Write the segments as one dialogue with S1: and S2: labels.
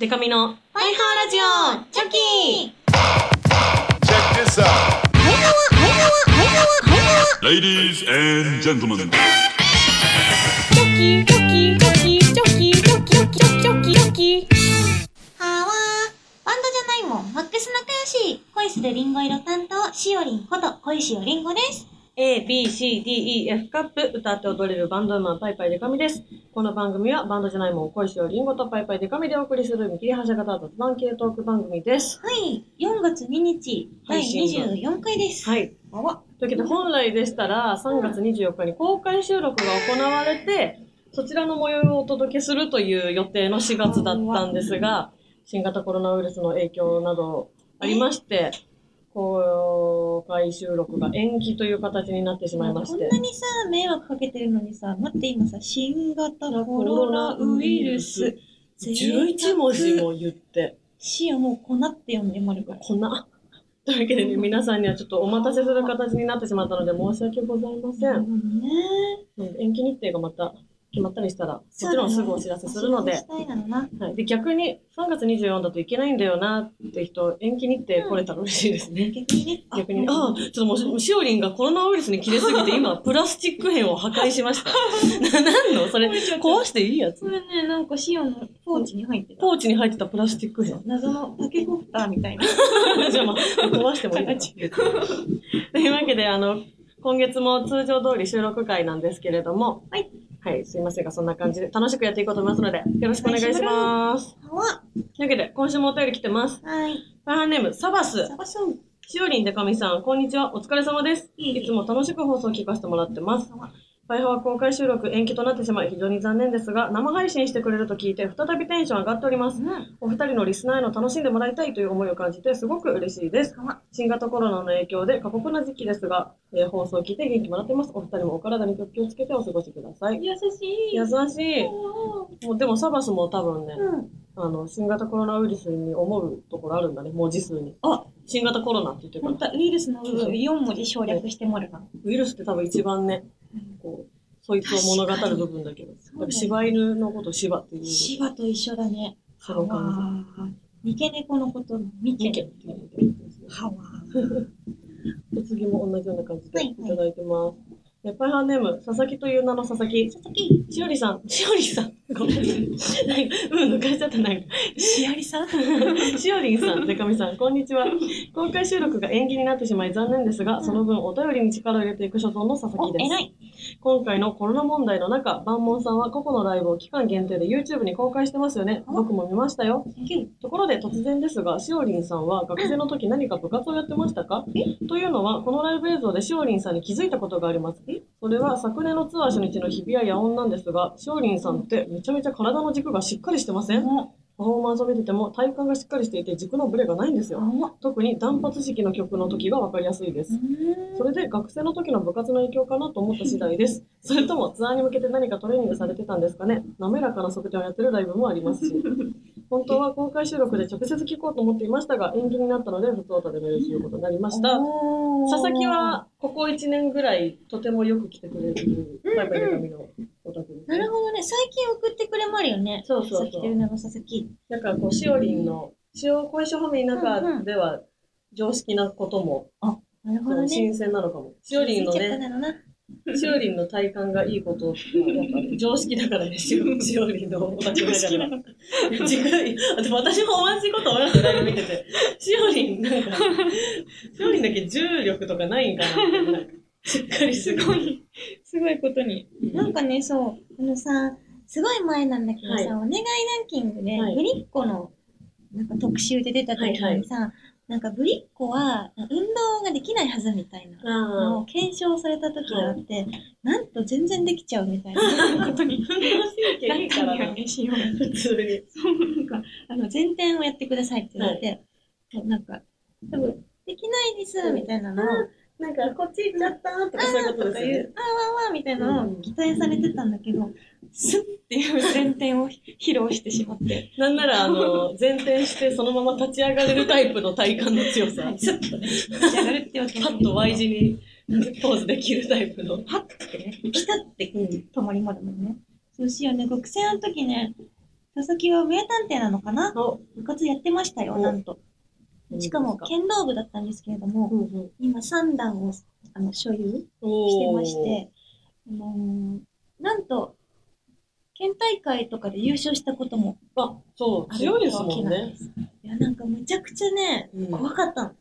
S1: デカミの
S2: ワイハーラジオチョキ
S3: Check this out.
S2: ハイハワハイハワハイハワハイハワ
S3: Ladies and gentlemen.
S1: チョキチョキチョキチョキチョキチョキチョキチョキ
S2: はーわーバンドじゃないもんマックス仲良し恋するリンゴ色担当しおりんこと恋しおりんごです
S1: A, B, C, D, E, F カップ歌って踊れるバンドウーマンパイパイデカミです。この番組はバンドじゃないもん恋しよりんごとパイパイデカミでお送りする見切り発車型雑談系トーク番組です。
S2: はい4月2日第
S1: 配信が
S2: 24回です
S1: はいい。
S2: わわ
S1: というわけで本来でしたら3月24日に公開収録が行われてそちらの模様をお届けするという予定の4月だったんですが新型コロナウイルスの影響などありまして公開収録が延期という形になってしまいま
S2: こ
S1: し
S2: ん
S1: て
S2: なにさ迷惑かけてるのにさ待って今さ新型コロナウイルス
S1: 11文字も言って
S2: しおもうこなって読んでもらうから
S1: こんな。というわけで、ね、皆さんにはちょっとお待たせする形になってしまったので申し訳ございませ
S2: なる
S1: ん
S2: ほ。どね
S1: うん延期日程がまた決まったりしたら、もちろんすぐお知らせするので
S2: お知、らせしたいなのな
S1: はい、で逆に3月24だといけないんだよなって人、延期日程来れたら嬉しいですね。
S2: 逆にね
S1: 逆に、ああ、ちょっともうし、しおりんがコロナウイルスに切れすぎて、今、プラスチック片を破壊しました。 な、なんのそれ、壊していいやつ
S2: そ。れね、なんかシオンのポーチに入ってた。
S1: ポーチに入ってたプラスチック片。
S2: 謎のタケコプターみたいな。
S1: じゃあまあ、壊してもいいかなというわけで、あの、今月も通常通り収録会なんですけれども、
S2: はい。
S1: はい、すいませんが、そんな感じで楽しくやっていこうと思いますので、よろしくお願いします。
S2: は
S1: というわけで、今週もお便り来てます。
S2: はい。
S1: パイハンネーム、サバス。
S2: 探そう。
S1: しおりんでかみさん、こんにちは。お疲れ様です。
S2: いえいえ
S1: いつも楽しく放送を聞かせてもらってます。バイハは公開収録延期となってしまい、非常に残念ですが、生配信してくれると聞いて、再びテンション上がっております。
S2: うん。
S1: お二人のリスナーへの楽しんでもらいたいという思いを感じてすごく嬉しいです。新型コロナの影響で過酷な時期ですが、えー放送を聞いて元気もらってます。お二人もお体に気をつけてお過ごしください。
S2: 優しい。
S1: 優しい。もうでもサバスも多分ね、
S2: うん。
S1: あの、新型コロナウイルスに思うところあるんだね、文字数に。
S2: あ、
S1: 新型コロナって言ってるか
S2: 本
S1: ら。
S2: 当ウイルスの部分4文字省略してもらうな。
S1: ウイルスって多分一番ね、こう、そいつを物語る部分だけど。
S2: かに
S1: だから柴犬のこと柴っていう、そ
S2: 芝と一緒だね。
S1: の感
S2: 三毛猫のことの三
S1: じ。ミケ
S2: 毛。
S1: っていう意味ですね。
S2: はわ
S1: で次も同じような感じで
S2: はい
S1: い
S2: はい
S1: ただいてます。ネパイハーネーム、佐々木という名の佐々木。
S2: 佐々木。
S1: しおりさん、しおりさん、ごめん。なんか、うん、抜かしちゃった、なんか。
S2: しおりさん。
S1: しおりんさん、でかみさん、こんにちは。公開収録が延期になってしまい残念ですが、その分お便りに力を入れていく所存の佐々
S2: お
S1: 木、です。
S2: 偉い。
S1: 今回のコロナ問題の中、万門さんは個々のライブを期間限定で YouTube に公開してますよね。
S2: あ
S1: 僕も見ましたよ。
S2: Thank you
S1: ところで突然ですが、しおりんさんは学生の時何か部活をやってましたかというのは、このライブ映像でしおりんさんに気づいたことがあります。それは昨年のツアー初日の日比谷野音なんですが、しおりんさんってめちゃめちゃ体の軸がしっかりしてませんパ
S2: も
S1: フォーマンスを見てても体幹がしっかりしていて軸のブレがないんです
S2: う、
S1: よ。
S2: も
S1: 特に断髪式の曲の時がわかりやすいで
S2: う。
S1: す。それで学生の時の部活の影響かなと思った次第 です。それともツアーに向けて何かトレーニングされてたんですかね滑らかな側転をやってるライブもあります し。本当は公開収録で直接聞こうと思っていましたが、延期になったので、不登たでメールすることになりました。
S2: 佐
S1: 佐々木、は、ここ1年ぐらい、とてもよく来てくれる、バイバイ手紙のお宅です。
S2: なるほどね。最近送ってくれもあるよね。
S1: そうそうそう
S2: 佐々木という名の佐々木。
S1: なんかこう、しおりんの、しお、恋しおはみの中では、常識なことも、
S2: なるほど
S1: そう
S2: ね。
S1: 新鮮なのかも。しおりんの
S2: ついちゃった
S1: ね、
S2: なのな。
S1: しおりんの体感がいいことっていうのはやっぱね、常識だからです よ。しおりんのお宅の中では。
S2: のか。
S1: 次回、あでも私も同じこと思いました、ライブ見てて。しおりん、なんか、しおりんだけ重力とかないんかなってなんかしっかりすごい。
S2: すごいことに。なんかね、そう、あのさ、すごい前なんだけどさ、
S1: はい
S2: お願いランキングで、
S1: はい
S2: ぶりっ子の、なんか特集で出た時にさ、なんかぶりっ子は運動ができないはずみたいなの
S1: あ
S2: を検証された時があって、なんと全然できちゃうみたいなことに。
S1: あ。運動神 経いいから な、
S2: しよう。
S1: 普通に。
S2: なんか、あの、前転をやってくださいって言われて、そうなんか、多分、できないです、みたいなのを、
S1: なんか、こっち行っちゃったとかそういうことですよ
S2: あ
S1: ね。
S2: ーわーわーみたいなのを期待されてたんだけど、スッっていう前転を披露してしまって、
S1: なんなら、あの、前転してそのまま立ち上がれるタイプの体幹の強さ。
S2: スッとね、立ち上がるってわけ
S1: パッと Y 字にポーズできるタイプの。
S2: パッとね、ピタッて止まりまるもんね。そうしようね、学生の時ね、佐々木は名探偵なのかな
S1: お
S2: 部活やってましたよ、
S1: お
S2: なんと。しかも剣道部だったんですけれども、
S1: うんうん
S2: 今3段をあの所有して
S1: お
S2: ま
S1: ー
S2: して、あのーなんと、県大会とかで優勝したことも
S1: あ、そう、
S2: あ
S1: 強い
S2: る
S1: ですも
S2: わけ
S1: ん
S2: なん
S1: ね
S2: で。す。いや、なんかむちゃくちゃね、
S1: うん
S2: 怖かった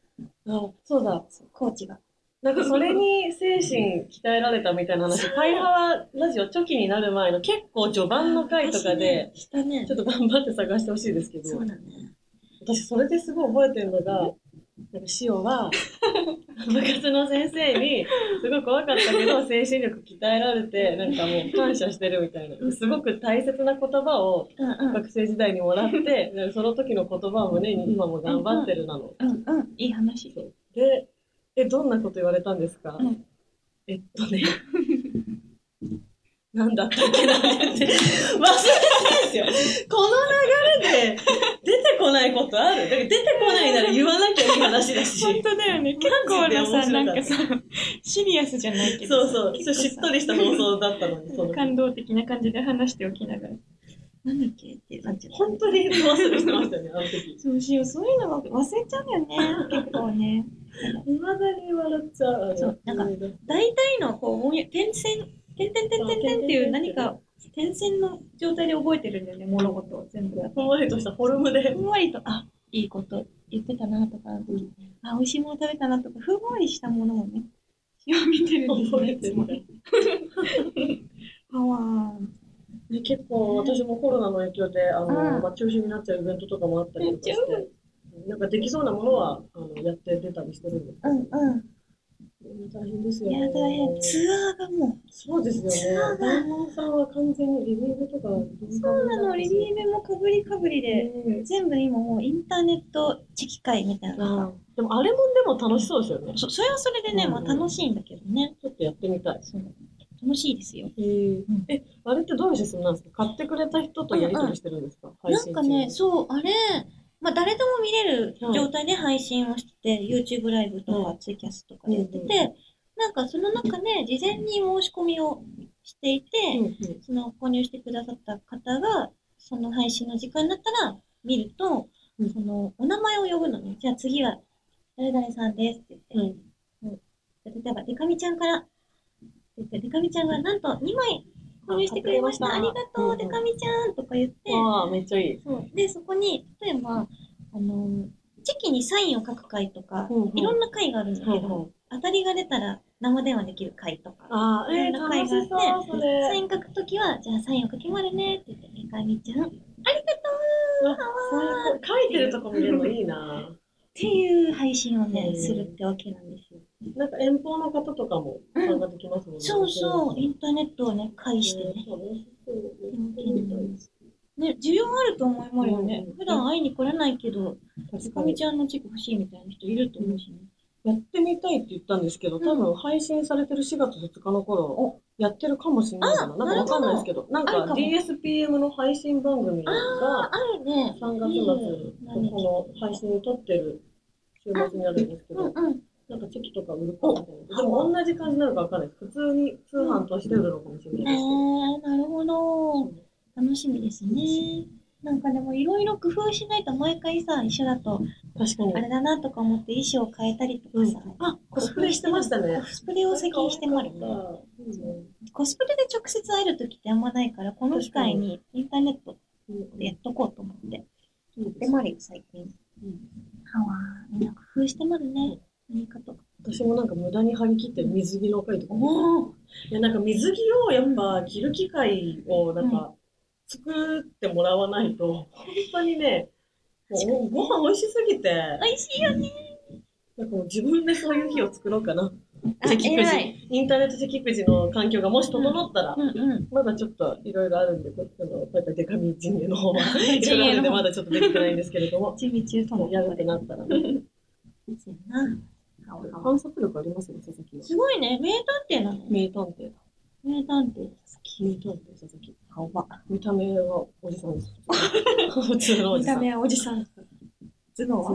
S2: の、
S1: あそうだ。
S2: コーチが。
S1: なんかそれに精神鍛えられたみたいな話、パイハワラジオ初期になる前の結構序盤の回とか
S2: 私ね、
S1: で、
S2: したね
S1: ちょ。っと頑張って探してほしいですけ
S2: そう、
S1: ど
S2: だね。
S1: 私それですごい覚えてるのが、なんかシオは、部活の先生に、すごい怖かったけど、精神力鍛えられて、なんかもう感謝してるみたいな。すごく大切な言葉を
S2: うんうん。
S1: 学生時代にもらって、でその時の言葉を胸に今も頑張ってるなの。
S2: うんうん。いい話。
S1: で、え、どんなこと言われたんですか、
S2: うん
S1: えっとね、 なんだったっけなって忘れてるんですよ。この流れで出てこないことあるだから出てこないなら言わなきゃいい話 だし。
S4: 本当だよね。結構な
S1: マ
S4: さ、
S1: ジで
S4: な
S1: 面
S4: ん
S1: 白か
S4: か
S1: った
S4: さ、シリアスじゃないけ
S1: そ
S4: ど
S1: う
S4: さ。
S1: そう、ちょっとし
S4: 結
S1: っ
S4: 構
S1: と
S4: さ
S1: りした放送だったのに、その
S4: 感動的な感じで話しておきながら。なんだっけってなっちゃった。
S1: 本当に忘れてましたよね、あの 時。
S4: そうしよう。そういうのは忘れちゃう よね。結構ね。
S1: いまだに笑っちゃう。
S2: そうなんか大体のこうもんや点線点点点点点っていう何か点線の
S4: 状態で覚えてるんだよね、物事を全部が。
S1: ふんわりとしたフォルムで
S4: ふんわりと、あ、いいこと言ってたなとか、あ、美味しいもの食べたなとか、ふんわりしたものを ね、よ見てるんです
S1: 覚
S4: ね。
S1: え
S4: い
S1: て
S4: つ
S1: る
S4: も
S1: み
S4: ね
S1: たい
S4: パワー。
S1: で結構私もコロナの影響であの、
S4: うん
S1: まあ、中止になっちゃうイベントとかもあったりとかし
S4: やっちゃ
S1: てなんかできそうなものはあのやって出たりしてるんです
S4: うんう
S1: 大変です
S4: ん。
S1: よ
S4: い
S1: ね
S4: や、大変。ツアーがもう、
S1: そうですよ
S4: ツア
S1: ね
S4: ーが
S1: 大門さんは完全にリビングとか
S4: そうなの、リリーベもかぶりかぶりで、
S1: ー
S4: 全部今もうインターネットチェキ会みたいなのが。
S1: でもあれもでも楽しそうですよね
S4: そそれはそれでね、
S1: うん
S4: まあ楽しいんだけどね。
S1: ちょっとやってみたい
S4: そう楽しいですよ。ん
S1: えあれってどういうシステムなんですか買ってくれた人とやり取りしてるんですか、配
S2: なん
S1: 信
S2: か
S1: 中に
S2: ねそうあれまあ誰とも見れる状態で配信をしてて、YouTube ライブと
S1: う
S2: かツイキャスとかでやってて、
S1: うん
S2: なんかその中で事前に申し込みをしていて、
S1: うんうん
S2: その購入してくださった方が、その配信の時間になったら見ると、
S1: うん
S2: そのお名前を呼ぶのね。じゃあ次は、誰々さんですって
S1: う
S2: 言って、
S1: ん
S2: 例えば、デカミちゃんから、って言って、デカミちゃんがなんと2枚購入してくれました。
S1: あ
S2: あ
S1: 買
S2: り
S1: って
S2: が
S1: くれました
S2: とう、
S1: うんう
S2: デ
S1: ん
S2: カミちゃんとか言って、
S1: ああめっちゃいい、
S2: そうで、そこに、例えば、あの、チェキにサインを書く回とか、
S1: うんうん
S2: いろんな回があるんだけど、当たりが出たら生電話できる回とか、
S1: ああえー、楽しそうそれ
S2: サイン書くときは、じゃあサインを書きまるねって言って、えかみちゃん、ありがとう
S1: わ
S2: かわ
S1: 最
S2: ーっ
S1: 高書いてるとこ見るのいいな。
S2: ていう配信をね
S1: う、ん
S2: するってわけなんですよ。
S1: なんか遠方の方とかも参加できますもんね。
S2: そうそう、イ
S1: い
S2: ンターネットをね、介してね。ね、需要あると思いますよね
S1: うん。
S2: 普段会いに来れないけど、
S1: 確
S2: か
S1: か
S2: み
S1: に
S2: ちゃんのチェック欲しいみたいな人いると思うしね。
S1: やってみたいって言ったんですけど、多分配信されてる4月2日の頃、やってるかもしれないかな。なんかわかんないですけど、なん
S2: ある
S1: か
S2: かも
S1: DSPM の配信番組が
S2: あるね。
S1: 3月末、この配信撮ってる週末にあるんですけ
S2: うん
S1: ど、
S2: うん。
S1: なんかチェキとか売るかもしれない。でも同じ感じなのかわかんないです。普通に通販として売るのかもしれないですけど。
S2: えー、なるほど。楽しみですね。なんかでもいろいろ工夫しないと毎回さ、一緒だと
S1: 確かに
S2: あ。れだなとか思って衣装を変えたりとかさ、
S1: あ、コスプレしてましたね
S2: コ。スプレを先にしてもらう。コスプレで直接会える時ってあんまないから、この機会にインターネットでやっとこうと思って。でもあるよ、最近。はわー、みんな工夫してまるね。何かと。
S1: 私もなんか無駄に張り切って水着の回とか。
S2: おー、
S1: いや、なんか水着をやっぱ着る機会をなんか作ってもらわないと、本当にね、もうご飯美味しすぎて、
S2: 美味しいよね。
S1: なんかもう自分でそういう日を作ろうかな。
S2: あ、
S1: チェキく
S2: 偉い。
S1: じ。インターネットチェキくじの環境がもし整ったら、
S2: うんうん。
S1: まだちょっといろいろあるんで、こっちの、こうやってデカミ陣営の方は、いろいろあ
S2: 陣営
S1: るんで
S2: の
S1: まだちょっとできてないんですけれども、
S4: 準備中とも。
S1: やるってなったらね。
S2: そうやな。はわはわ
S1: 観察力ありますね、佐々木は。
S2: すごいね。名探偵なの
S1: 名探偵だ。
S2: 名探偵。
S1: 名探偵佐々木。
S2: はわ。
S1: 見た目はおじさんです。普通のお
S4: 見
S1: じさ
S4: た
S1: ん。
S4: 目はおじさん。頭脳は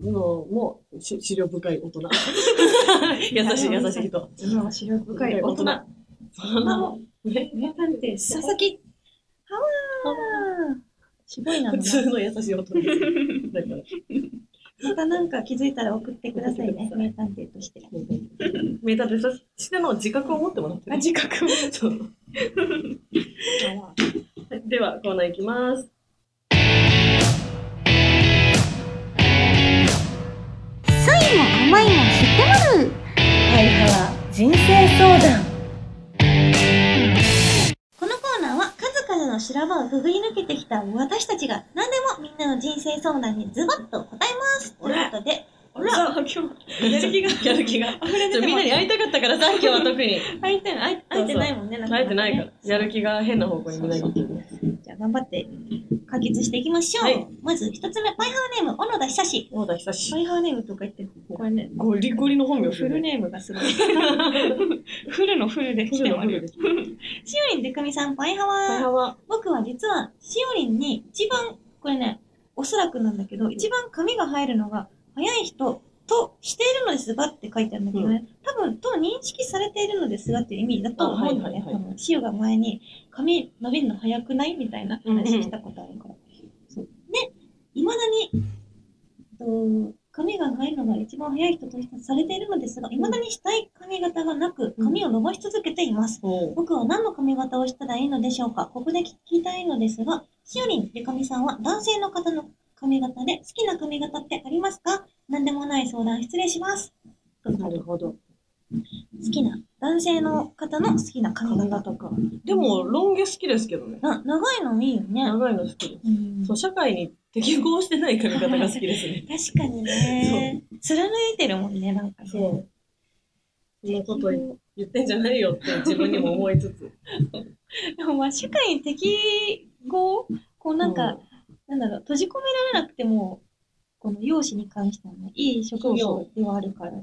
S1: 頭脳もし資料深い大人。 優しい優しい人。
S4: 頭脳は視力深い大人。名。
S1: その名も。ね
S4: 探偵、佐々木。はわ
S2: 渋いな
S1: 普
S2: の
S1: 通
S2: な。
S1: の優しい大人です。だから
S2: またなんか気づいたら送ってくださいね。名探偵として。
S1: 名探偵としての自覚を持ってもらってる。自覚そう。はいでは、コーナーいきます。
S5: 酸いも甘いも知ってまる
S2: はいは人生相談。このコーナーは数々の修羅場をくぐり抜けてきた私たちが何でもみんなの人生相談にズバッと答えます。ということで、
S4: ほら、今日、やる気が、
S1: やる気が。
S4: 溢れ
S1: ち
S4: 出
S1: ょ
S4: て
S1: みんなに会いたかったからさ、今日は特に。
S4: 開いてない、
S2: 会えてないもんね。
S1: 会えてないから。やる
S2: 気。
S1: 気が変な方向にみんなに行ってる。
S2: じゃあ頑張って解決していきましょう。
S1: はい
S2: まず一つ目、パイハーネーム、小野田久志。
S1: 小野田久志。
S2: パイハーネームとか言ってる。
S4: これね、
S1: ゴリゴリの本名
S4: フルネームがすごい。 フルのフルで
S1: フ
S4: 来
S1: ル
S4: て
S1: の
S4: ま
S1: フル
S4: る。
S1: です。
S2: しおりんてくみさん、パイハワー。
S1: パイハは、
S2: 僕は実は、しおりんに一番、これね、おそらくなんだけど、一番髪が生えるのが早い人としているのですがって書いてあるんだけどね、多分、と認識されているのですがっていう意味だと思うんだよ
S1: あ
S2: ね。
S1: は
S2: 多
S1: いはいはい
S2: 分、しおが前に髪伸びるの早くないみたいな話したことあるから。そうで、いまだに、えっと髪が生えるのが一番早い人としてされているのですが、いまだにしたい髪型がなく、髪を伸ばし続けています。
S1: お
S2: 僕は何の髪型をしたらいいのでしょうかここで聞きたいのですが、しおりん、でかみさんは男性の方の髪型で好きな髪型ってありますか何でもない相談失礼します。
S1: なるほど。
S2: 好きな、男性の方の好きな髪型とか。
S1: でも、ロン毛好きですけどね。
S2: な、長いのいいよね。
S1: 長いの好きで
S2: うん
S1: す。そう、社会に適合してない髪型が好きですね。
S2: 確かにね。貫いてるもんね、なんかね。
S1: そう。そんなこと言ってんじゃないよって自分にも思いつつ。
S2: でもまあ、社会に適合こう なんか、なんだろう、閉じ込められなくても、この容姿に関してはね、いい職業ではあるからね。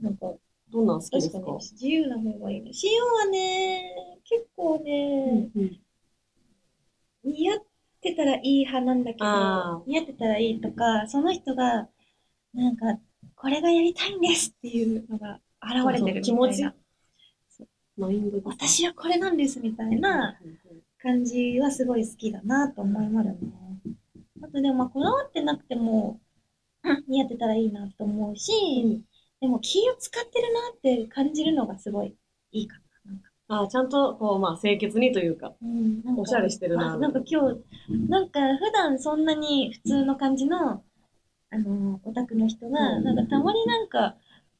S2: なんか、
S1: どんなん好きで
S2: 確
S1: す
S2: か
S1: か
S2: に自由な方がいいね。塩はね、結構ね、似合ってたらいい派なんだけ
S1: あ
S2: ど、似合ってたらいいとか、その人が、なんか、これがやりたいんですっていうのが現れてるみたいな。
S1: そうそう気持ちマインドですか
S2: 私はこれなんですみたいな感じはすごい好きだなと思いますね。あとでもまあこだわってなくてもうん似合ってたらいいなと思うし、でも気を使ってるなって感じるのがすごいいいかな。なんか
S1: あーちゃんと、こう、まあ、清潔にというか、
S2: うん、なんか
S1: おしゃれしてるな
S2: あなんか今日、なんか普段そんなに普通の感じの、あの、オタクの人が、
S1: うん
S2: なんかたまになんか、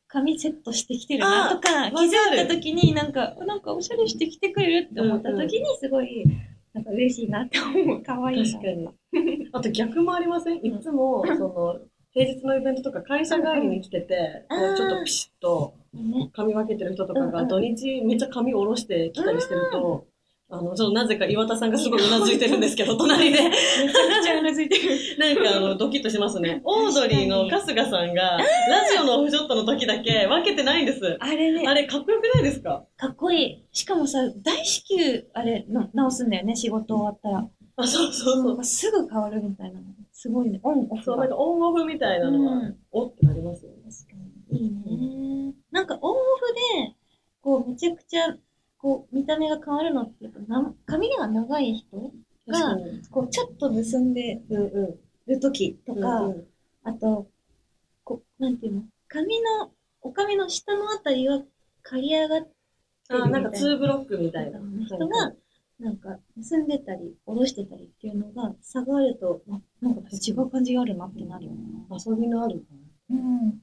S2: 髪セットしてきてるな
S1: あ
S2: とか、
S1: わ
S2: 気
S1: かる
S2: づいた時になんか、なんかおしゃれしてきてくれるって思った時にすごい、なんか嬉しいなって思う。かわいいな。
S1: 確かに。あと逆もありませんいつも、その、平日のイベントとか会社帰りに来てて、
S2: うん
S1: こうちょっとピシッと
S2: ね。
S1: 髪分けてる人とか
S2: うんう
S1: が
S2: ん
S1: 土日めっちゃ髪下ろしてきたりしてると、あの、ちょっとなぜか岩田さんがすごいうなずいてるんですけど、隣で。
S2: めちゃくちゃうなずいてる。
S1: なんかあの、ドキッとします ね。オードリーの春日さんが、ラジオのオフショットの時だけ分けてないんです。
S2: あれね
S1: あ、れ、かっこよくないですか
S2: かっこいい。しかもさ、大至急、あれ、の直すんだよね、仕事終わったら。
S1: あ、そうそう
S2: な
S1: そ
S2: ん
S1: う。
S2: かすぐ変わるみたいなの。すごいね。オン、オフが。
S1: そう、なんかオンオフみたいなのは、
S2: うん
S1: おってなりますよね。
S2: 確かに。いいね。なんかオンオフで、こう、めちゃくちゃ、こう、見た目が変わるのっていうか、な髪が長い人確か
S1: に。
S2: こう、ちょっと結んで
S1: うんう
S2: る時と
S1: ん。
S2: か、
S1: うんうん
S2: あと、こう、なんていうの髪の、お髪の下のあたりは刈り上がってる
S1: あ、なんか
S2: みたい
S1: 2ブロックみたいな。
S2: 人が、なんか、結んでたり、下ろしてたりっていうのが、下があると、あなんか違う感じがあるなってなるよね。
S1: 遊びのある。
S2: うん。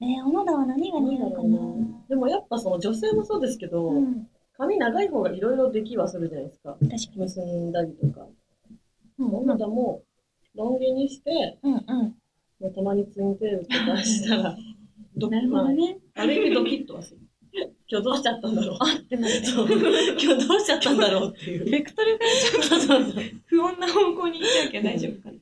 S2: えー、小野田は何が似合うかな
S1: でもやっぱその女性もそうですけど、
S2: うん、
S1: 髪長い方がいろいろできはするじゃないですか。
S2: 確かに。
S1: 結んだりとか。
S2: うん
S1: 女田も、ロン毛にして、
S2: うんうん。
S1: もうたまにツインテールとかした ら、ど
S2: なるほどね。
S1: あれでドキッとはする。今日どうしちゃったんだろう。
S2: でも、
S1: そう今日どうしちゃったんだろうっていう。
S4: ベクトルがちょっと
S1: そうそうそう
S4: 不穏な方向に行っちゃうけど大丈夫かな。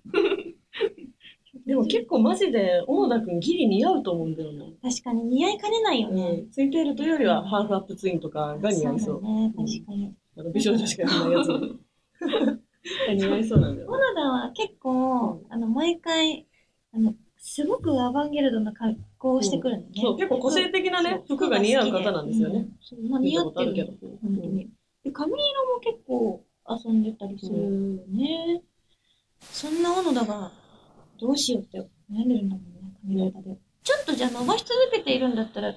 S1: でも結構マジで、小野田くんギリ似合うと思うんだよね。
S2: 確かに似合いかねないよね。
S1: ツインテールというよりはハーフアップツインとかが似合いそう。
S2: だね、確かに。
S1: あの美少女しか似ないやつ。 似合いそうなんだよ
S2: モ。ナダは結構、あの、毎回、あの、すごくアバンギャルドな格好をしてくるんだね。
S1: そう、結構個性的なね、服が似合う方なんですよね。
S2: そう。まあ似合ってる
S1: 見た
S2: け
S1: こ
S2: ど、
S1: とある
S2: 本当に。で、髪色も結構遊んでたりするよね。そんな小野だが、どうしようって悩んでるんだもんね、髪型で。ちょっとじゃあ伸ばし続けているんだったら、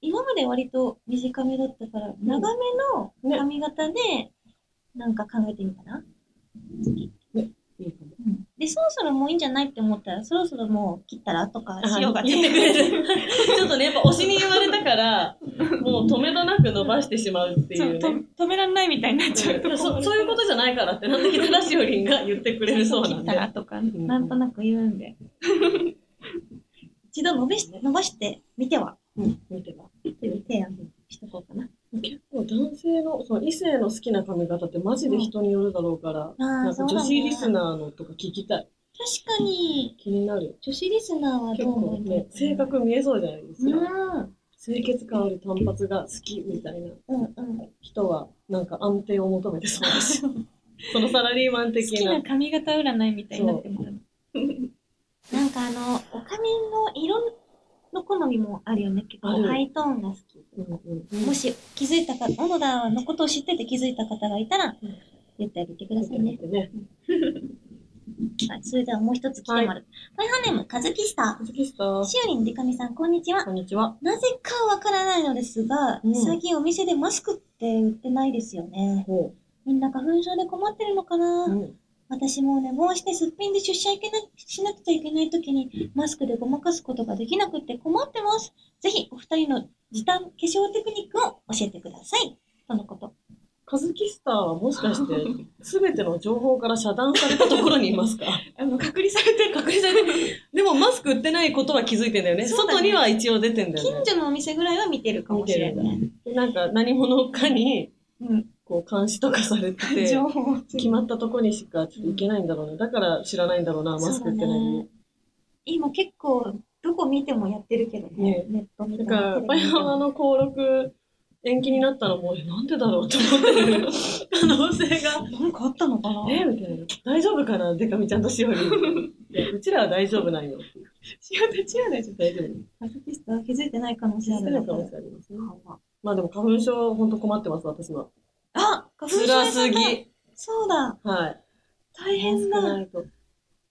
S2: 今まで割と短めだったから、長めの
S1: ね
S2: 髪型で、なんか考えてみたら、
S1: いいかも。
S2: で、そろそろもういいんじゃないって思ったら、そろそろもう切ったらとかしようが
S1: 言ってくれ る。ちょっとね、やっぱ推しに言われたから、もう止めどなく伸ばしてしまうっていうね。
S4: そうと止められないみたいになっちゃう
S1: うん そそういうことじゃないからって、なんで北田しおりんが言ってくれるそうなん
S4: 切ったら
S1: で。
S4: とか、
S1: ん
S4: なんとなく言うんで。
S2: 一度伸ばして、伸ばしてみては、
S1: うん、見てば。
S2: という提案しとこうかな。
S1: 結構男性の、その異性の好きな髪型ってマジで人によるだろうから、
S2: あ
S1: な
S2: あ、
S1: んか
S2: そう
S1: 女
S2: だ
S1: 子
S2: ね。
S1: リスナーのとか聞きたい。
S2: 確かに、
S1: 気になる。
S2: 女子リスナーは
S1: 結
S2: どう思
S1: 構
S2: います
S1: ね、性格見えそうじゃないです
S2: うん、う
S1: か。
S2: ん、
S1: 清潔感ある短髪が好きみたいな
S2: うん。
S1: 人は、なんか安定を求めてそうだし、 そのサラリーマン
S4: 好
S1: 的
S4: き
S1: な
S4: な。髪型占いみたいになってもらう。
S2: なんかあの、お髪の色の好みもあるよね。結
S1: あ
S2: 構
S1: る
S2: ハイトーンが好き。
S1: うんうん
S2: もし気づいたか、小野田のことを知ってて気づいた方がいたら、言ってあげてくださいね。
S1: ね。
S2: はい、それではもう一つ来てもらう。パイハーネーム、かずきスタ
S1: 好きっすか
S2: ー。しおりんでかみさん、こんにちは。
S1: こんにちは。
S2: なぜかわからないのですが、
S1: うん
S2: 最近お店でマスクって売ってないですよね。
S1: ほ
S2: みんな花粉症で困ってるのかな、
S1: う。うん。
S2: 私も寝坊してすっぴんで出社いけなしなくちゃいけない時にマスクでごまかすことができなくって困ってます。ぜひお二人の時短化粧テクニックを教えてください。とのこと。
S1: カズキスターはもしかして、すべての情報から遮断されたところにいますか
S4: あの、隔離されてる。
S1: 隠れされてる でもマスク売ってないことは気づいてんだよね。
S2: そうだね
S1: 外には一応出てんだよね
S2: 近。所のお店ぐらいは見てるかもしれな
S1: 見
S2: い。
S1: でなんか何者かに、
S4: うん
S1: こう監視とかされてて、
S4: 情報を
S1: 決まったとこにしかちょっと行けないんだろうね。だから知らないんだろうな、マスクってないの
S2: ね。今結構どこ見てもやってるけどね
S1: ね。
S2: ネット見て
S1: だ
S2: も。
S1: から、バイハワの登録延期になったのも、えなんでだろうと思ってる可能性が。
S2: なんかあったのかな
S1: えみたいな。大丈夫かなデカミちゃんと しおり。いやうちらは大丈夫なん
S4: 違
S1: よ。
S4: う、違うでしょ。
S1: 大丈夫。
S2: マスキストは気づいてない可能性あ
S1: してな
S2: る
S1: い可能性
S2: な。
S1: ありますね。まあでも花粉症、ほんと困ってます、私は。
S2: あ花粉症
S1: 辛
S2: 屋さ
S1: す
S2: んだ
S1: ぎ。
S2: そうだ。
S1: はい。
S2: 大変
S1: 少
S2: だ。
S1: ないと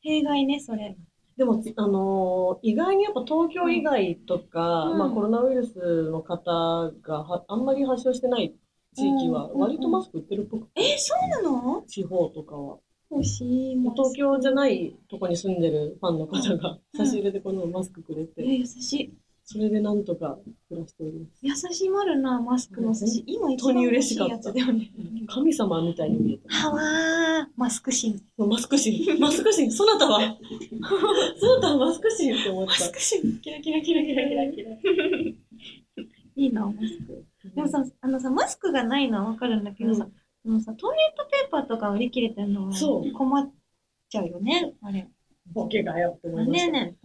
S2: 弊害ね、それ。
S1: でも、あのー意外にやっぱ東京以外とか、
S2: うん
S1: まあコロナウイルスの方がはあんまり発症してない地域は、
S2: うん
S1: 割とマスク売ってるっぽくて、
S2: え、そうなの
S1: 地方とかは。
S4: 欲しいもん。
S1: 東京じゃないとこに住んでるファンの方が
S2: うん
S1: 差し入れでこのマスクくれて、
S2: え、優しい。
S1: それでなんとか暮らしております。
S4: 優しまるな、マスクの寿司。今一
S1: 本当
S4: 番
S1: に
S4: 欲
S1: 嬉
S4: しい
S1: しかった
S4: やつだよね。
S1: 神様みたいに見えた。
S2: はわー、マスクシン。
S1: マスク神、マスク神、そなたは、 そなたはマスク神って思っ
S4: マ
S1: た
S4: ス。クシーキラキラキラキラキラキラ。
S2: いいな、マスク。でもさ、あのさ、マスクがないのはわかるんだけどさ、あのさ、トイレットペーパーとか売り切れてるのは
S1: そう
S2: 困っちゃうよね、あれ。
S1: ボケがよって思いま
S2: ね
S1: し
S2: え
S1: た。
S2: ね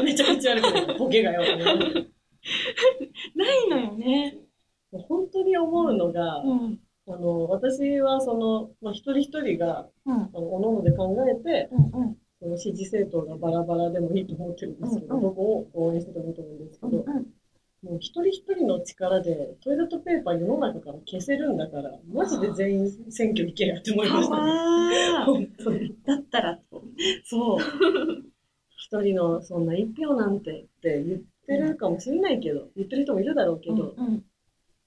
S2: え。
S1: めちゃくちゃ悪くない。ボケがよって思いまし
S4: な
S1: た。
S4: いのよね。
S1: 本当に思うのが、
S2: うん。
S1: あの私はその、まあ、一人一人が
S2: うん。
S1: あの各々で考えて
S2: うんうん。
S1: その支持政党がバラバラでもいいと思ってるんですけど、
S2: うんうん
S1: どこを応援しててもいいと思うんですけ
S2: う
S1: ど、
S2: んうん。
S1: もう一人一人の力でトイレットペーパー世の中から消せるんだからマジで全員選挙行けやって思いました、ね、
S2: はわ
S1: 本当に
S2: ー。だったらと。
S1: そう一人のそんな一票なんてって言ってるかもしれないけど言ってる人もいるだろうけど、
S2: うんうん。
S1: い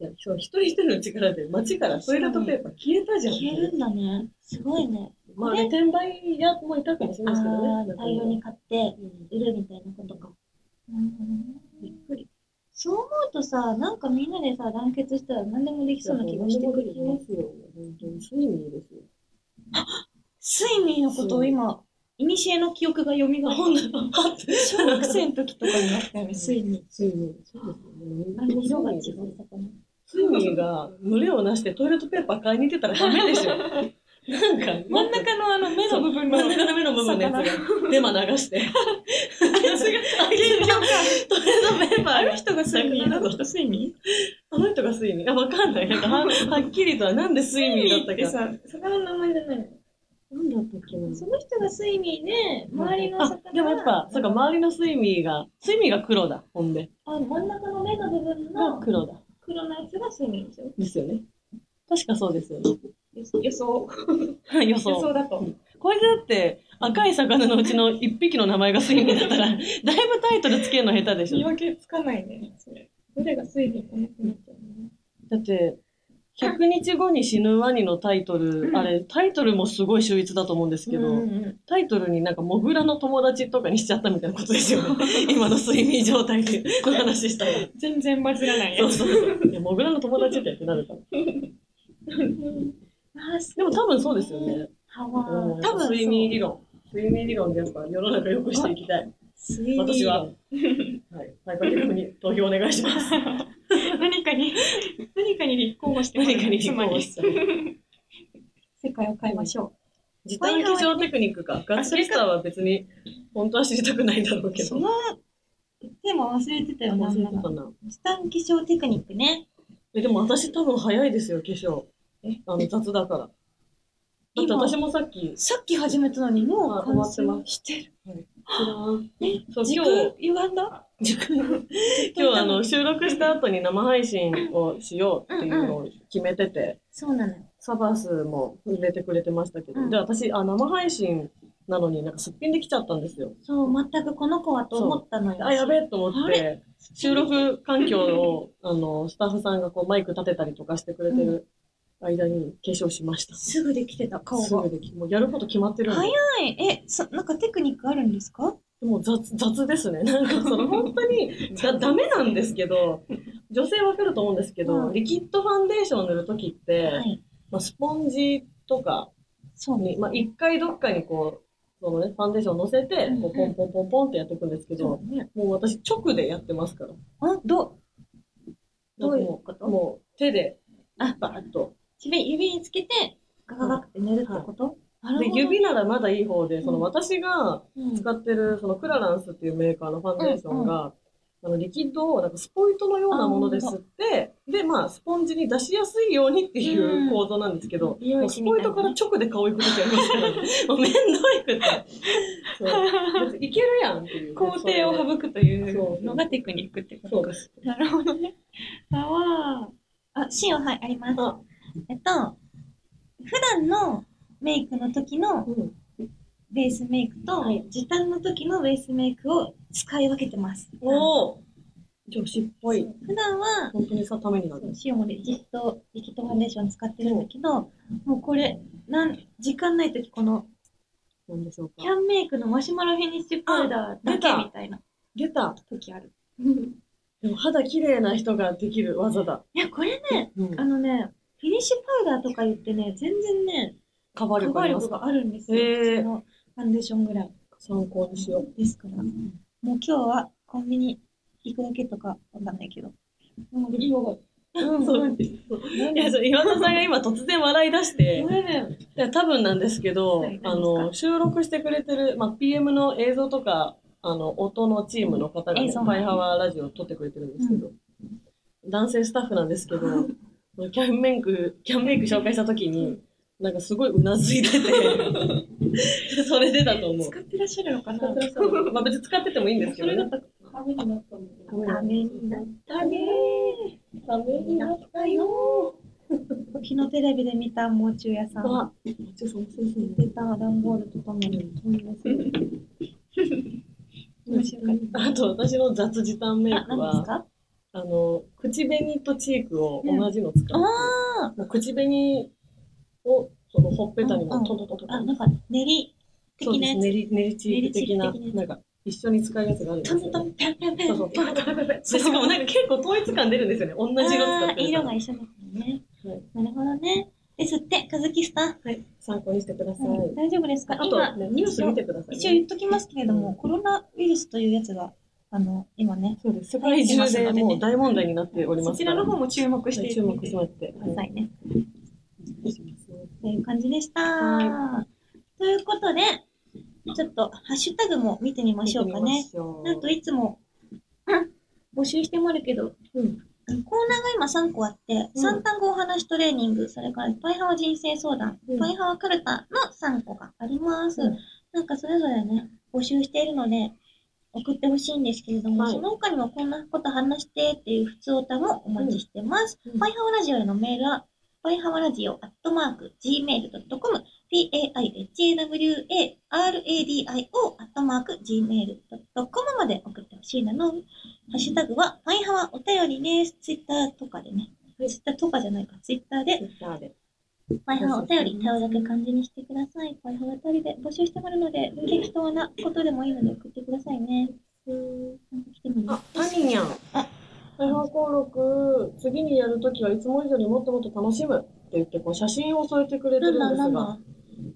S1: やそう一人一人の力で街からトイレットペーパー消えたじゃん
S2: 消えるんだね。すごいね。
S1: まあね、転売屋もいたかもしれ
S2: あ
S1: ないですけどね。
S2: ー、大量に買って。
S1: うん
S2: 売るみたいなことか。びっくり。そう思うとさ、なんかみんなでさ、団結したら何でもできそうな気がしてくるよね。
S1: すよ。本当に睡眠ですよ。
S2: 睡眠のことを今、いにしえの記憶が蘇る。小学生の時とかになったよね、睡眠。
S1: 睡眠。そうですよね。
S2: あの色が違うとかね。
S1: 睡眠が群れをなしてトイレットペーパー買いに行ってたらダメでしょ。なんか、
S4: 真ん中のあの目の部分の
S1: 真ん中の目の部分のやつがデマ流して。 あいつが、あいつがトイレットペーパー
S4: あ
S1: が
S4: の人が睡眠あの人睡眠
S1: あの人が睡眠。あ、わかんない。なんかははっきりとはなんで睡眠だった
S4: って
S1: か。
S4: さ、魚の名前じゃないの。
S1: なんだったっけな
S4: その人が睡眠で、周りの魚が
S1: あでもやっぱ、そうか、周りの睡眠が、睡眠が黒だ、ほんで。
S4: あ、真ん中の目の部分
S1: が
S4: の
S1: 黒だ。
S4: 黒のやつが睡眠でしょ。
S1: ですよね。確かそうですよね。
S6: 予想。
S1: 予
S6: 予
S1: 想。
S6: 想だと。
S1: これでだって、赤い魚のうちの一匹の名前がスイミンだったら、だいぶタイトルつけるの下手でし
S6: 言い
S1: ょ。
S6: 訳つかないね。それどれが水にかなくなっちゃうの
S1: だって、100日後に死ぬワニのタイトル、あれ、タイトルもすごい秀逸だと思うんですけど、
S6: うんうん
S1: タイトルになんか、モグラの友達とかにしちゃったみたいなことですよ ね。今の睡眠状態で、 この話したら。
S6: 全然バズらないや
S1: そう
S6: つ。
S1: そうそう。いや、モグラの友達ってやってなるから。でも多分そうですよね。
S2: ハ
S1: 多
S2: ワー。
S1: 分睡眠理論。睡眠理論でやっぱ世の中良くしていきたい。
S2: 睡眠
S1: 私は。はい。パイパイ君に投票お願いします。
S6: 何かに、何かに立候補して
S1: 何かに引っ
S6: つま
S1: 越
S6: り
S1: しちゃう。
S2: 世界を変えましょ
S1: 時短化粧テクニックか。ガッツリスターは別に、本当は知りたくないんだろう
S2: う。
S1: け
S2: そ
S1: ど。
S2: のテーマ忘れてたよ、な
S1: 忘
S2: ん
S1: れ
S2: な
S1: て
S2: ら。
S1: たな。
S2: 時短気象テクニックね。
S1: え、でも私多分早いですよ、化粧。あの、雑だから。だって
S2: 今
S1: 私もさっき、
S2: さっき始めたのにも
S1: あ
S2: う完
S1: 終わって
S2: 成
S1: ま
S2: してる。
S1: そう、
S2: 時
S1: 今
S2: 空
S1: 日、
S2: 歪んだ
S1: 今日あの、収録した後に生配信をしようっていうのを決めてて、
S2: そうなのよ。
S1: サバスも入れてくれてましたけど、
S2: うん
S1: で、私、あ、生配信なのになんかすっぴんできちゃったんですよ。
S2: そう、全くこの子はと思ったのよ。
S1: あ、やべえと思っ
S2: あ
S1: て、収録環境を、あの、スタッフさんがこうマイク立てたりとかしてくれてる間に化粧しました。
S2: すぐできてた、顔
S1: すぐ
S2: が。
S1: でき、もうやること決まってるんで。
S2: 早い。え、そなんかテクニックあるんですか
S1: でも雑、雑ですね。なんか その本当に、だ、ダメなんですけど、女性わかると思うんですけど、
S2: うん
S1: リキッドファンデーションを塗るときって、
S2: はい。
S1: まあ、スポンジとか、
S2: そうね。
S1: に、まあ、一回どっかにこう、そのね、ファンデーション乗せて、こう、ポンポンポンポンってやっていくんですけど、もう私直でやってますから。
S2: あ、ど、どういう
S1: も
S2: こと
S1: う、もう手で、
S2: あ
S1: バーッと。
S2: 指指につけて、ガガガって寝るってことなる
S1: で、
S2: ほど。
S1: 指ならまだいい方で、その
S2: うん
S1: 私が
S2: うん
S1: 使ってる、そのクラランスっていうメーカーのファンデーションが、あの、リキッドをなんかスポイトのようなもので吸って、で、まあ、スポンジに出しやすいようにっていう構造なんですけど、
S2: 美容
S1: もう
S2: 師
S1: ス
S2: み
S1: ポ
S2: た
S1: イ
S2: いな
S1: トから直で顔行くときありますから、もうめんどいくて。 そう別にいけるやんっていうね。
S6: 工程を
S1: それで
S6: 省くとい
S1: そう
S6: うのがテクニックってこと。
S1: そうです。
S2: なるほどね。
S6: あわ
S2: あ、シーンははい、あります
S1: あ。
S2: えっと、普段のメイクの時の
S1: うん。
S2: ベースメイクと、時短の時のベースメイクを使い分けてます。
S1: おお女子っぽい。
S2: 普段は、
S1: 本当にさ、ためになる。
S2: シオもリキッド、リキッドファンデーション使ってるんだけど、もうこれ、なん、時間ないときこの、
S1: なんでしょうか
S2: キ。ャンメイクのマシュマロフィニッシュパウダーだ
S1: 出た
S2: けみたいな
S1: 出た。
S2: 時ある。
S1: でも肌綺麗な人ができる技だ。
S2: いや、これね、
S1: うん
S2: あのね、フィニッシュパウダーとか言ってね、全然ね、
S1: カバー
S2: カ
S1: 力
S2: バ
S1: あ
S2: ー
S1: りま
S2: 力
S1: すか
S2: があるんですよ。
S1: へ
S2: そ
S1: ー
S2: のファンデーションぐらい
S1: 参考にしよう。
S2: ですから。もう今日はコンビニ行くだけとかわかんないけど。もうリキッドうん
S1: そう
S2: うん
S1: いや、そう岩田さんが今突然笑い出して
S2: こ、れね、
S1: いや多分なんですけど
S2: はい、
S1: あ
S2: 何
S1: の、収録してくれてる、まあ、PM の映像とか、あの、音のチームの方がね
S2: 映、像
S1: パイハワラジオを撮ってくれてるんですけど、男性スタッフなんですけ ど、キャンメイク、キャンメイク紹介した時に、なんかすごいうなずいて て、それでだと思う。
S6: 使ってらっしゃるのかな
S1: まあ別に使っててもいいんですけ
S6: そ
S1: ど
S6: れだっ
S1: ね。
S6: たらダメになったんだけど。
S2: ダメになったね
S1: ダメになった
S2: よ昨日テレビで見たもう中屋さん。
S1: あ、ちょっとそうそうそう。
S2: 出た段ボールとともに飛びます。面白かっ
S1: あと私の雑時短メイ
S2: た。あ、
S1: ク
S2: 何です
S1: は、
S2: か
S1: あの、口紅とチークを同じの使って、
S2: うん
S1: もう口紅をそのほっぺたに
S2: うんう
S1: も
S2: ん
S1: トントントントン。
S2: あ、なんか練り
S1: そう
S2: 的
S1: で
S2: な
S1: す
S2: や
S1: 練り練りチーク的な
S2: 練りチーク的、な
S1: なんか一緒に使うやつがあるんで
S2: つ。
S1: す
S2: ト
S1: よ
S2: ントンペンペンペン。
S1: そうそう、パパパパパでしかもなんか結構統一感出るんですよね。同じ色使
S2: あ
S1: っ
S2: ー
S1: てる
S2: 色
S1: から
S2: が。一緒だからね
S1: は
S2: な
S1: い。
S2: るほどね。ですって、和樹さん。
S1: はい、参考にしてください。
S2: 大丈夫ですか
S1: あ
S2: 今
S1: と、ね、ニュース見てください、ね。
S2: 一応言っときますけれど
S1: うん
S2: も、コロナウイルスというやつが、あの、今ね、
S1: そうです。世界中でもう大問題になっておりま
S6: そ
S1: すか
S6: ち
S1: ら。
S6: らの方も注目してい
S1: 注
S6: てみ
S1: 目
S6: て
S1: してもらって。
S2: くださ
S1: はい
S2: ね。
S1: いします
S2: という感じでした。
S1: は
S2: ということで、ちょっとハッシュタグも見てみましょうかね。。なんといつも、募集してもあるけど、
S1: うん
S2: コーナーが今3個あって、
S1: うん
S2: 3単語お話トレーニング、それからパイハワ人生相談、
S1: うん
S2: パイハワカルタの3個があります。
S1: うん
S2: なんかそれぞれね、募集しているので、送ってほしいんですけれども、
S1: はい
S2: その他にもこんなこと話してっていう普通歌もお待ちしてます。
S1: うん
S2: パイハワラジオへのメールは、パイハワラジオ、アットマーク、gmail.com、p-a-i-h-a-w-a-r-a-d-i-o、アットマーク、gmail.com まで送ってほしいなの。ハッシュタグは、パイハワお便りです。ツイッターとかでね。ツイッターとかじゃないか、ツイッターで、
S1: Twitter で。
S2: パイハワお便り、頼だけ漢字にしてください。パイハワお便りで募集してもらうので、適当なことでもいいので送ってくださいね。なんか来てもいい
S1: あ、タニニャン。
S2: あ
S1: パイハワ登録、次にやるときはいつも以上にもっともっと楽しむって言って、こう写真を添えてくれて
S2: なん
S1: るん
S2: だ
S1: で
S2: な
S1: す
S2: ん
S1: が
S2: だ、。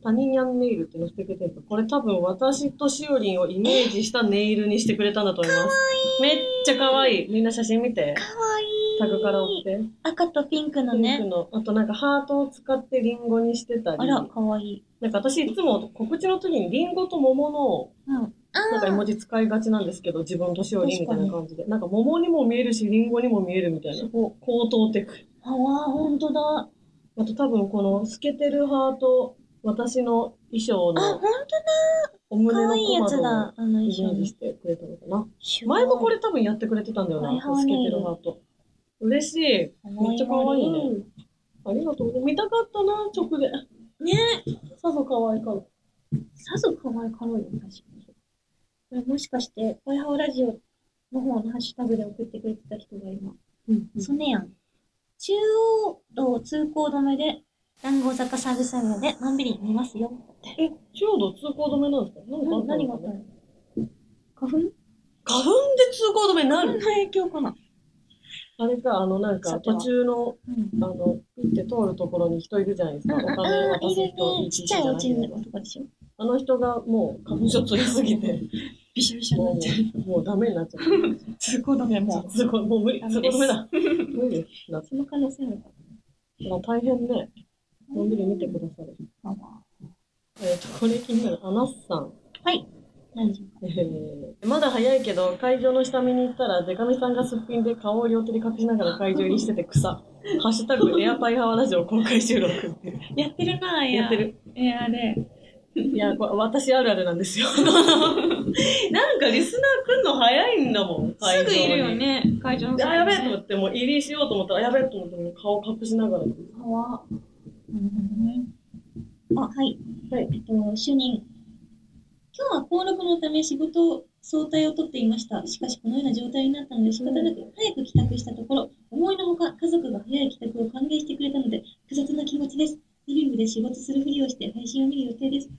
S1: タニニャンネイルって載せてくれてるんですこれ多分私としおりんをイメージしたネイルにしてくれたんだと思います。めっちゃ可愛い。みんな写真見て。
S2: かわいい。
S1: タグから追って。
S2: 赤とピンクの
S1: ピン
S2: ね。
S1: クの、あとなんかハートを使ってリンゴにしてたり。
S2: あら、かわいい。
S1: なんか私いつも告知の時にリンゴと桃の
S2: うん。
S1: なんか絵
S2: あ
S1: 文字使いがちなんですけど、自分としおりみたいな感じで。なんか桃にも見えるし、リンゴにも見えるみたいな。高等テク。
S2: あ、あわほんとだ。あ、
S1: あと多分この透けてるハート、私の衣装
S2: ほん
S1: の
S2: と
S1: お胸
S2: か
S1: の
S2: わ
S1: 小
S2: いいやつ
S1: 窓を
S2: だ。あの
S1: イメ
S2: 衣装
S1: ージ
S2: に。
S1: してくれたのかな。前もこれ多分やってくれてたんだよ
S2: はい
S1: な、
S2: はい
S1: 透けてるハート。嬉しい。
S2: すごい、
S1: めっちゃ可愛い
S2: ね。
S1: ね。ありがとう。見たかったな、直で。
S2: ね
S1: さぞ可愛いかも。
S2: さぞかわいかろうよ、確かに。これもしかして、パイハオラジオの方のハッシュタグで送ってくれてた人が今。ソネヤン。中央道通行止めで、団子坂サービスエリアで、のんびり見ますよ。
S1: え、ちょうど通行止めなんですか何か
S2: な
S1: あった
S2: 何が
S1: の
S2: あ
S1: か
S2: った
S1: な
S2: の花粉
S1: 花粉で通行止めにな
S2: 花粉
S1: る
S2: の影響かな
S1: あれか、あの、なん
S2: さ
S1: か、
S2: ては
S1: 途中の、
S2: うん
S1: あ。の、行って通るところに人いるじゃないですか。お
S2: あ
S1: 金
S2: あ
S1: 渡
S2: ー、い
S1: す
S2: る
S1: 人、
S2: ね。ちっちゃいお家の男でしょ
S1: あの人がもう花粉症取りすぎて、
S2: びしょびしょにな
S1: も
S2: っちゃう。
S1: う、もうダメになっちゃった。
S2: 通行止めも
S1: 通行、もう無理、
S2: ダ
S1: 通
S2: メ
S1: 行
S2: です
S1: 止めだ。無理になっ
S2: その可能性あるか
S1: た。大変ね。のんびり見てください。
S2: まあま
S1: えっと、これ気になる。アナスさん。
S2: あはい。何時
S1: えーまだ早いけど、会場の下見に行ったら、デカミさんがすっぴんで顔を両手で隠しながら会場入りしてて草。ハッシュタグ、エアパイハワラジオ公開収録っていう
S4: やってるなぁ、
S1: やってる。
S4: え、あれ。
S1: いや、これ私あるあるなんです よ。なんかリスナー来んの早いんだもん、
S4: すぐいるよね、会場の
S1: 会場に。あ、やべえと思って、もう入りしようと思ったら、あやべえと思って、もう顔隠しながら。
S2: かはあ、はい。
S1: はい
S2: えっと、主任。今日は登録のため仕事早退を取っていました。しかし、このような状態になったので仕方なく早く帰宅したところ、思いのほか家族が早い帰宅を歓迎してくれたので、複雑な気持ちです。リビングで仕事するふりをして配信を見る予定です。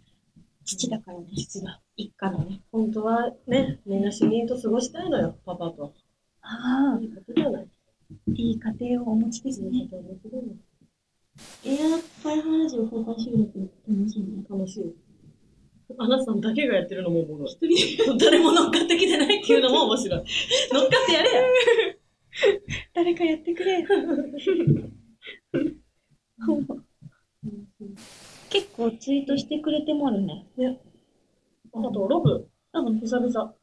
S2: 父だからね。父だ。一家のね。
S1: 本当はね、みんな死人と過ごしたいのよ、パパと。
S2: ああ、
S1: いいことじゃない。
S2: いい家庭をお持ちですね。エアパイハラジオ公開収録楽しいね。
S1: 楽しい。アナさんだけがやってるのもおもろい。誰も乗っかってきてないっていうのも面白 い。乗っかってやれや。
S4: 誰かやってくれ。
S2: 結構ツイートしてくれてもあるね。
S1: あと、ロブ。
S2: 多分
S1: 久々。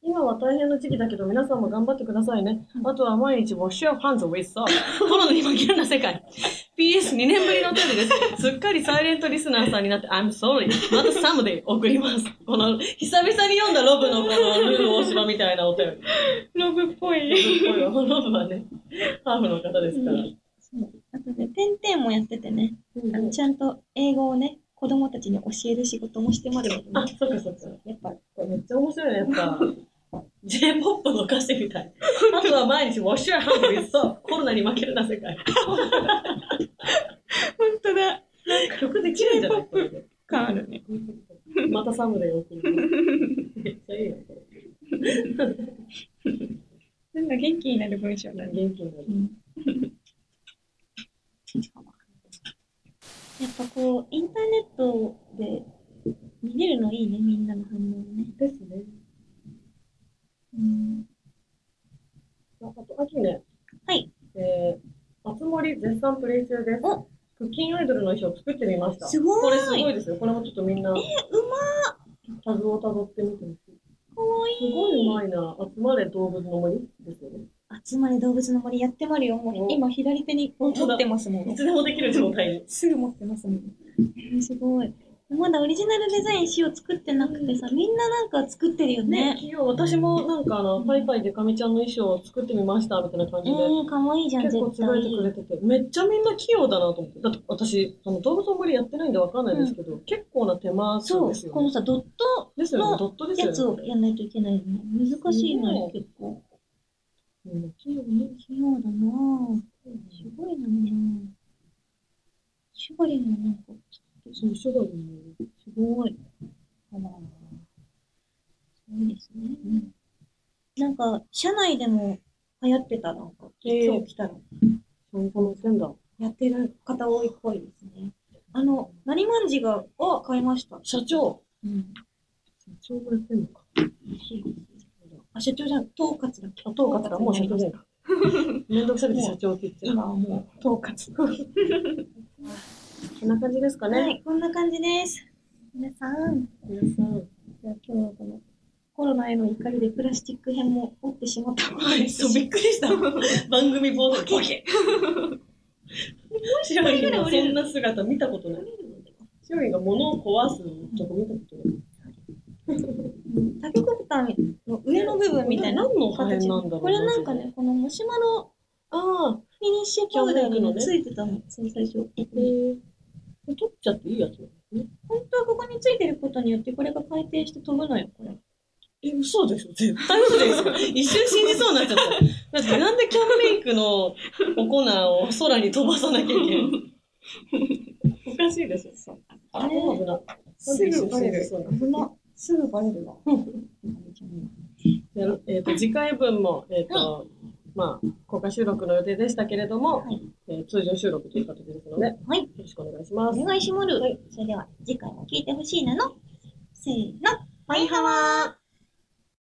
S1: 今は大変な時期だけど、皆さんも頑張ってくださいね。あとは毎日、wash your hands with soap。コロナに紛れな世界。PS2 年ぶりのお便りです。すっかりサイレントリスナーさんになって、I'm sorry。また someday 送ります。この、久々に読んだロブのこのルール大島みたいなお 便り。
S4: ロブっぽい。
S1: ロブロブはね、ハーフの方ですから。
S2: そうあとね、てんてんもやっててね、
S1: うん
S2: あのちゃんと英語をね、子供たちに教える仕事もしてもらうの
S1: あ、
S2: で、ね、
S1: そっかそっか。
S2: やっぱ、
S1: これめっちゃ面白いね、やっぱ。J-POP の歌詞みたい。あとは毎日、wash your hands with soap。コロナに負けるな世界。
S4: 本当だ。
S1: 曲できるんじゃないこれで
S4: 感あるね。
S1: またサムで送る。めっちゃいいよ、これ。
S4: なんか元気になる文章だね。
S1: 元気になる。
S2: やっぱこう、インターネットで見れるのいいね、みんなの反応ね。
S1: ですね。
S2: うん、
S1: ああと、秋ね。
S2: はい。
S1: えー、熱森絶賛プレイ中です。
S2: お
S1: クッキンアイドルの衣装作ってみました。
S2: すごーい
S1: これすごいですよ。これもちょっとみんな
S2: え、うま
S1: タグをたどってみてほしい。
S2: ーかわい
S1: すごいうまいな。集まれ動物の森ですよね。
S2: い。集まれ動物の森やってまるよ、も
S1: お
S2: う今左手に持
S1: 当だ
S2: ってますもん
S1: い。つでもできる状態に。
S2: すぐ持ってますもん。えーすごい。まだオリジナルデザインしを作ってなくてさ、みんななんか作ってるよね。
S1: ね、企業、私もなんかあの、パイパイでかみちゃんの衣装を作ってみました、みたいな感
S2: え
S1: じで。
S2: ー、かわいいじゃん、
S1: 結構
S2: 絶
S1: つぶ
S2: 対
S1: え。てくれてて、めっちゃみんな器用だなと思って。だって私、その動物あんまりやってないんでわかんないですけど、結構な手間なんです
S2: そ
S1: よ
S2: う、この
S1: ね。
S2: さ、ドット
S1: ですよね、
S2: の
S1: ドットですよ
S2: や
S1: ね。
S2: つをやんないといけないよね。難しいのよ、結構。
S1: うん
S2: 器用ね、器用だなぁ。すごいのになぁ。シュゴリもなんか、
S1: そう、書道に
S2: すごい。あら、そうですね。なんか、社内でも流行ってた、なんか、
S1: えー
S2: 今日来たの。
S1: そういうのってんだ。
S2: やってる方多いっぽいですね。あの、何まんじが買いました。
S1: 社長。
S2: うん。
S1: 社長もやってんのか。
S2: あ、社長じゃん、統括だ。
S1: あ、統括だ。もう社長じゃないか。めんどくさくて社長って言っちゃう。
S2: 今はもう、統括。
S1: こんな感じですかね。
S2: はい、こんな感じです。皆さん、
S1: 皆さん。
S2: じゃあ今日はこのコロナへの怒りでプラスチック編も折ってしまった。
S1: はい、そう、 びっくりした。番組冒頭、ボケ。シロイのそんな姿見たことない。シロイが物を壊すとこ見たことない。
S2: タケコプターの上の部分みたいな
S1: 何の破片な
S2: 形
S1: んだろう
S2: これなんかね、このマシュマロ
S1: ああ、
S2: フィニッシュパウダーにもついてたの、そう最初。
S1: えー、取っちゃっていいやつなのね。
S2: 本当はここについてることによってこれが回転して飛ぶのよ、これ。
S1: え、嘘でしょ絶対嘘でしょ一瞬信じそうになっちゃった。だってなんでキャンメイクのお粉を空に飛ばさなきゃいけない おかしいでしょあれ危な。
S2: すぐバレる
S1: そうだ
S2: 危な。すぐバレるわ。
S1: やるえー、と次回分も、えーとまあ、公開収録の予定でしたけれども、
S2: はい
S1: えー通常収録という形ですので、よ
S2: はい、
S1: ろしくお願いしま
S2: お
S1: す。
S2: 願いしまる。それでは次回も聞いてほしいなの。せーの、バイハワー。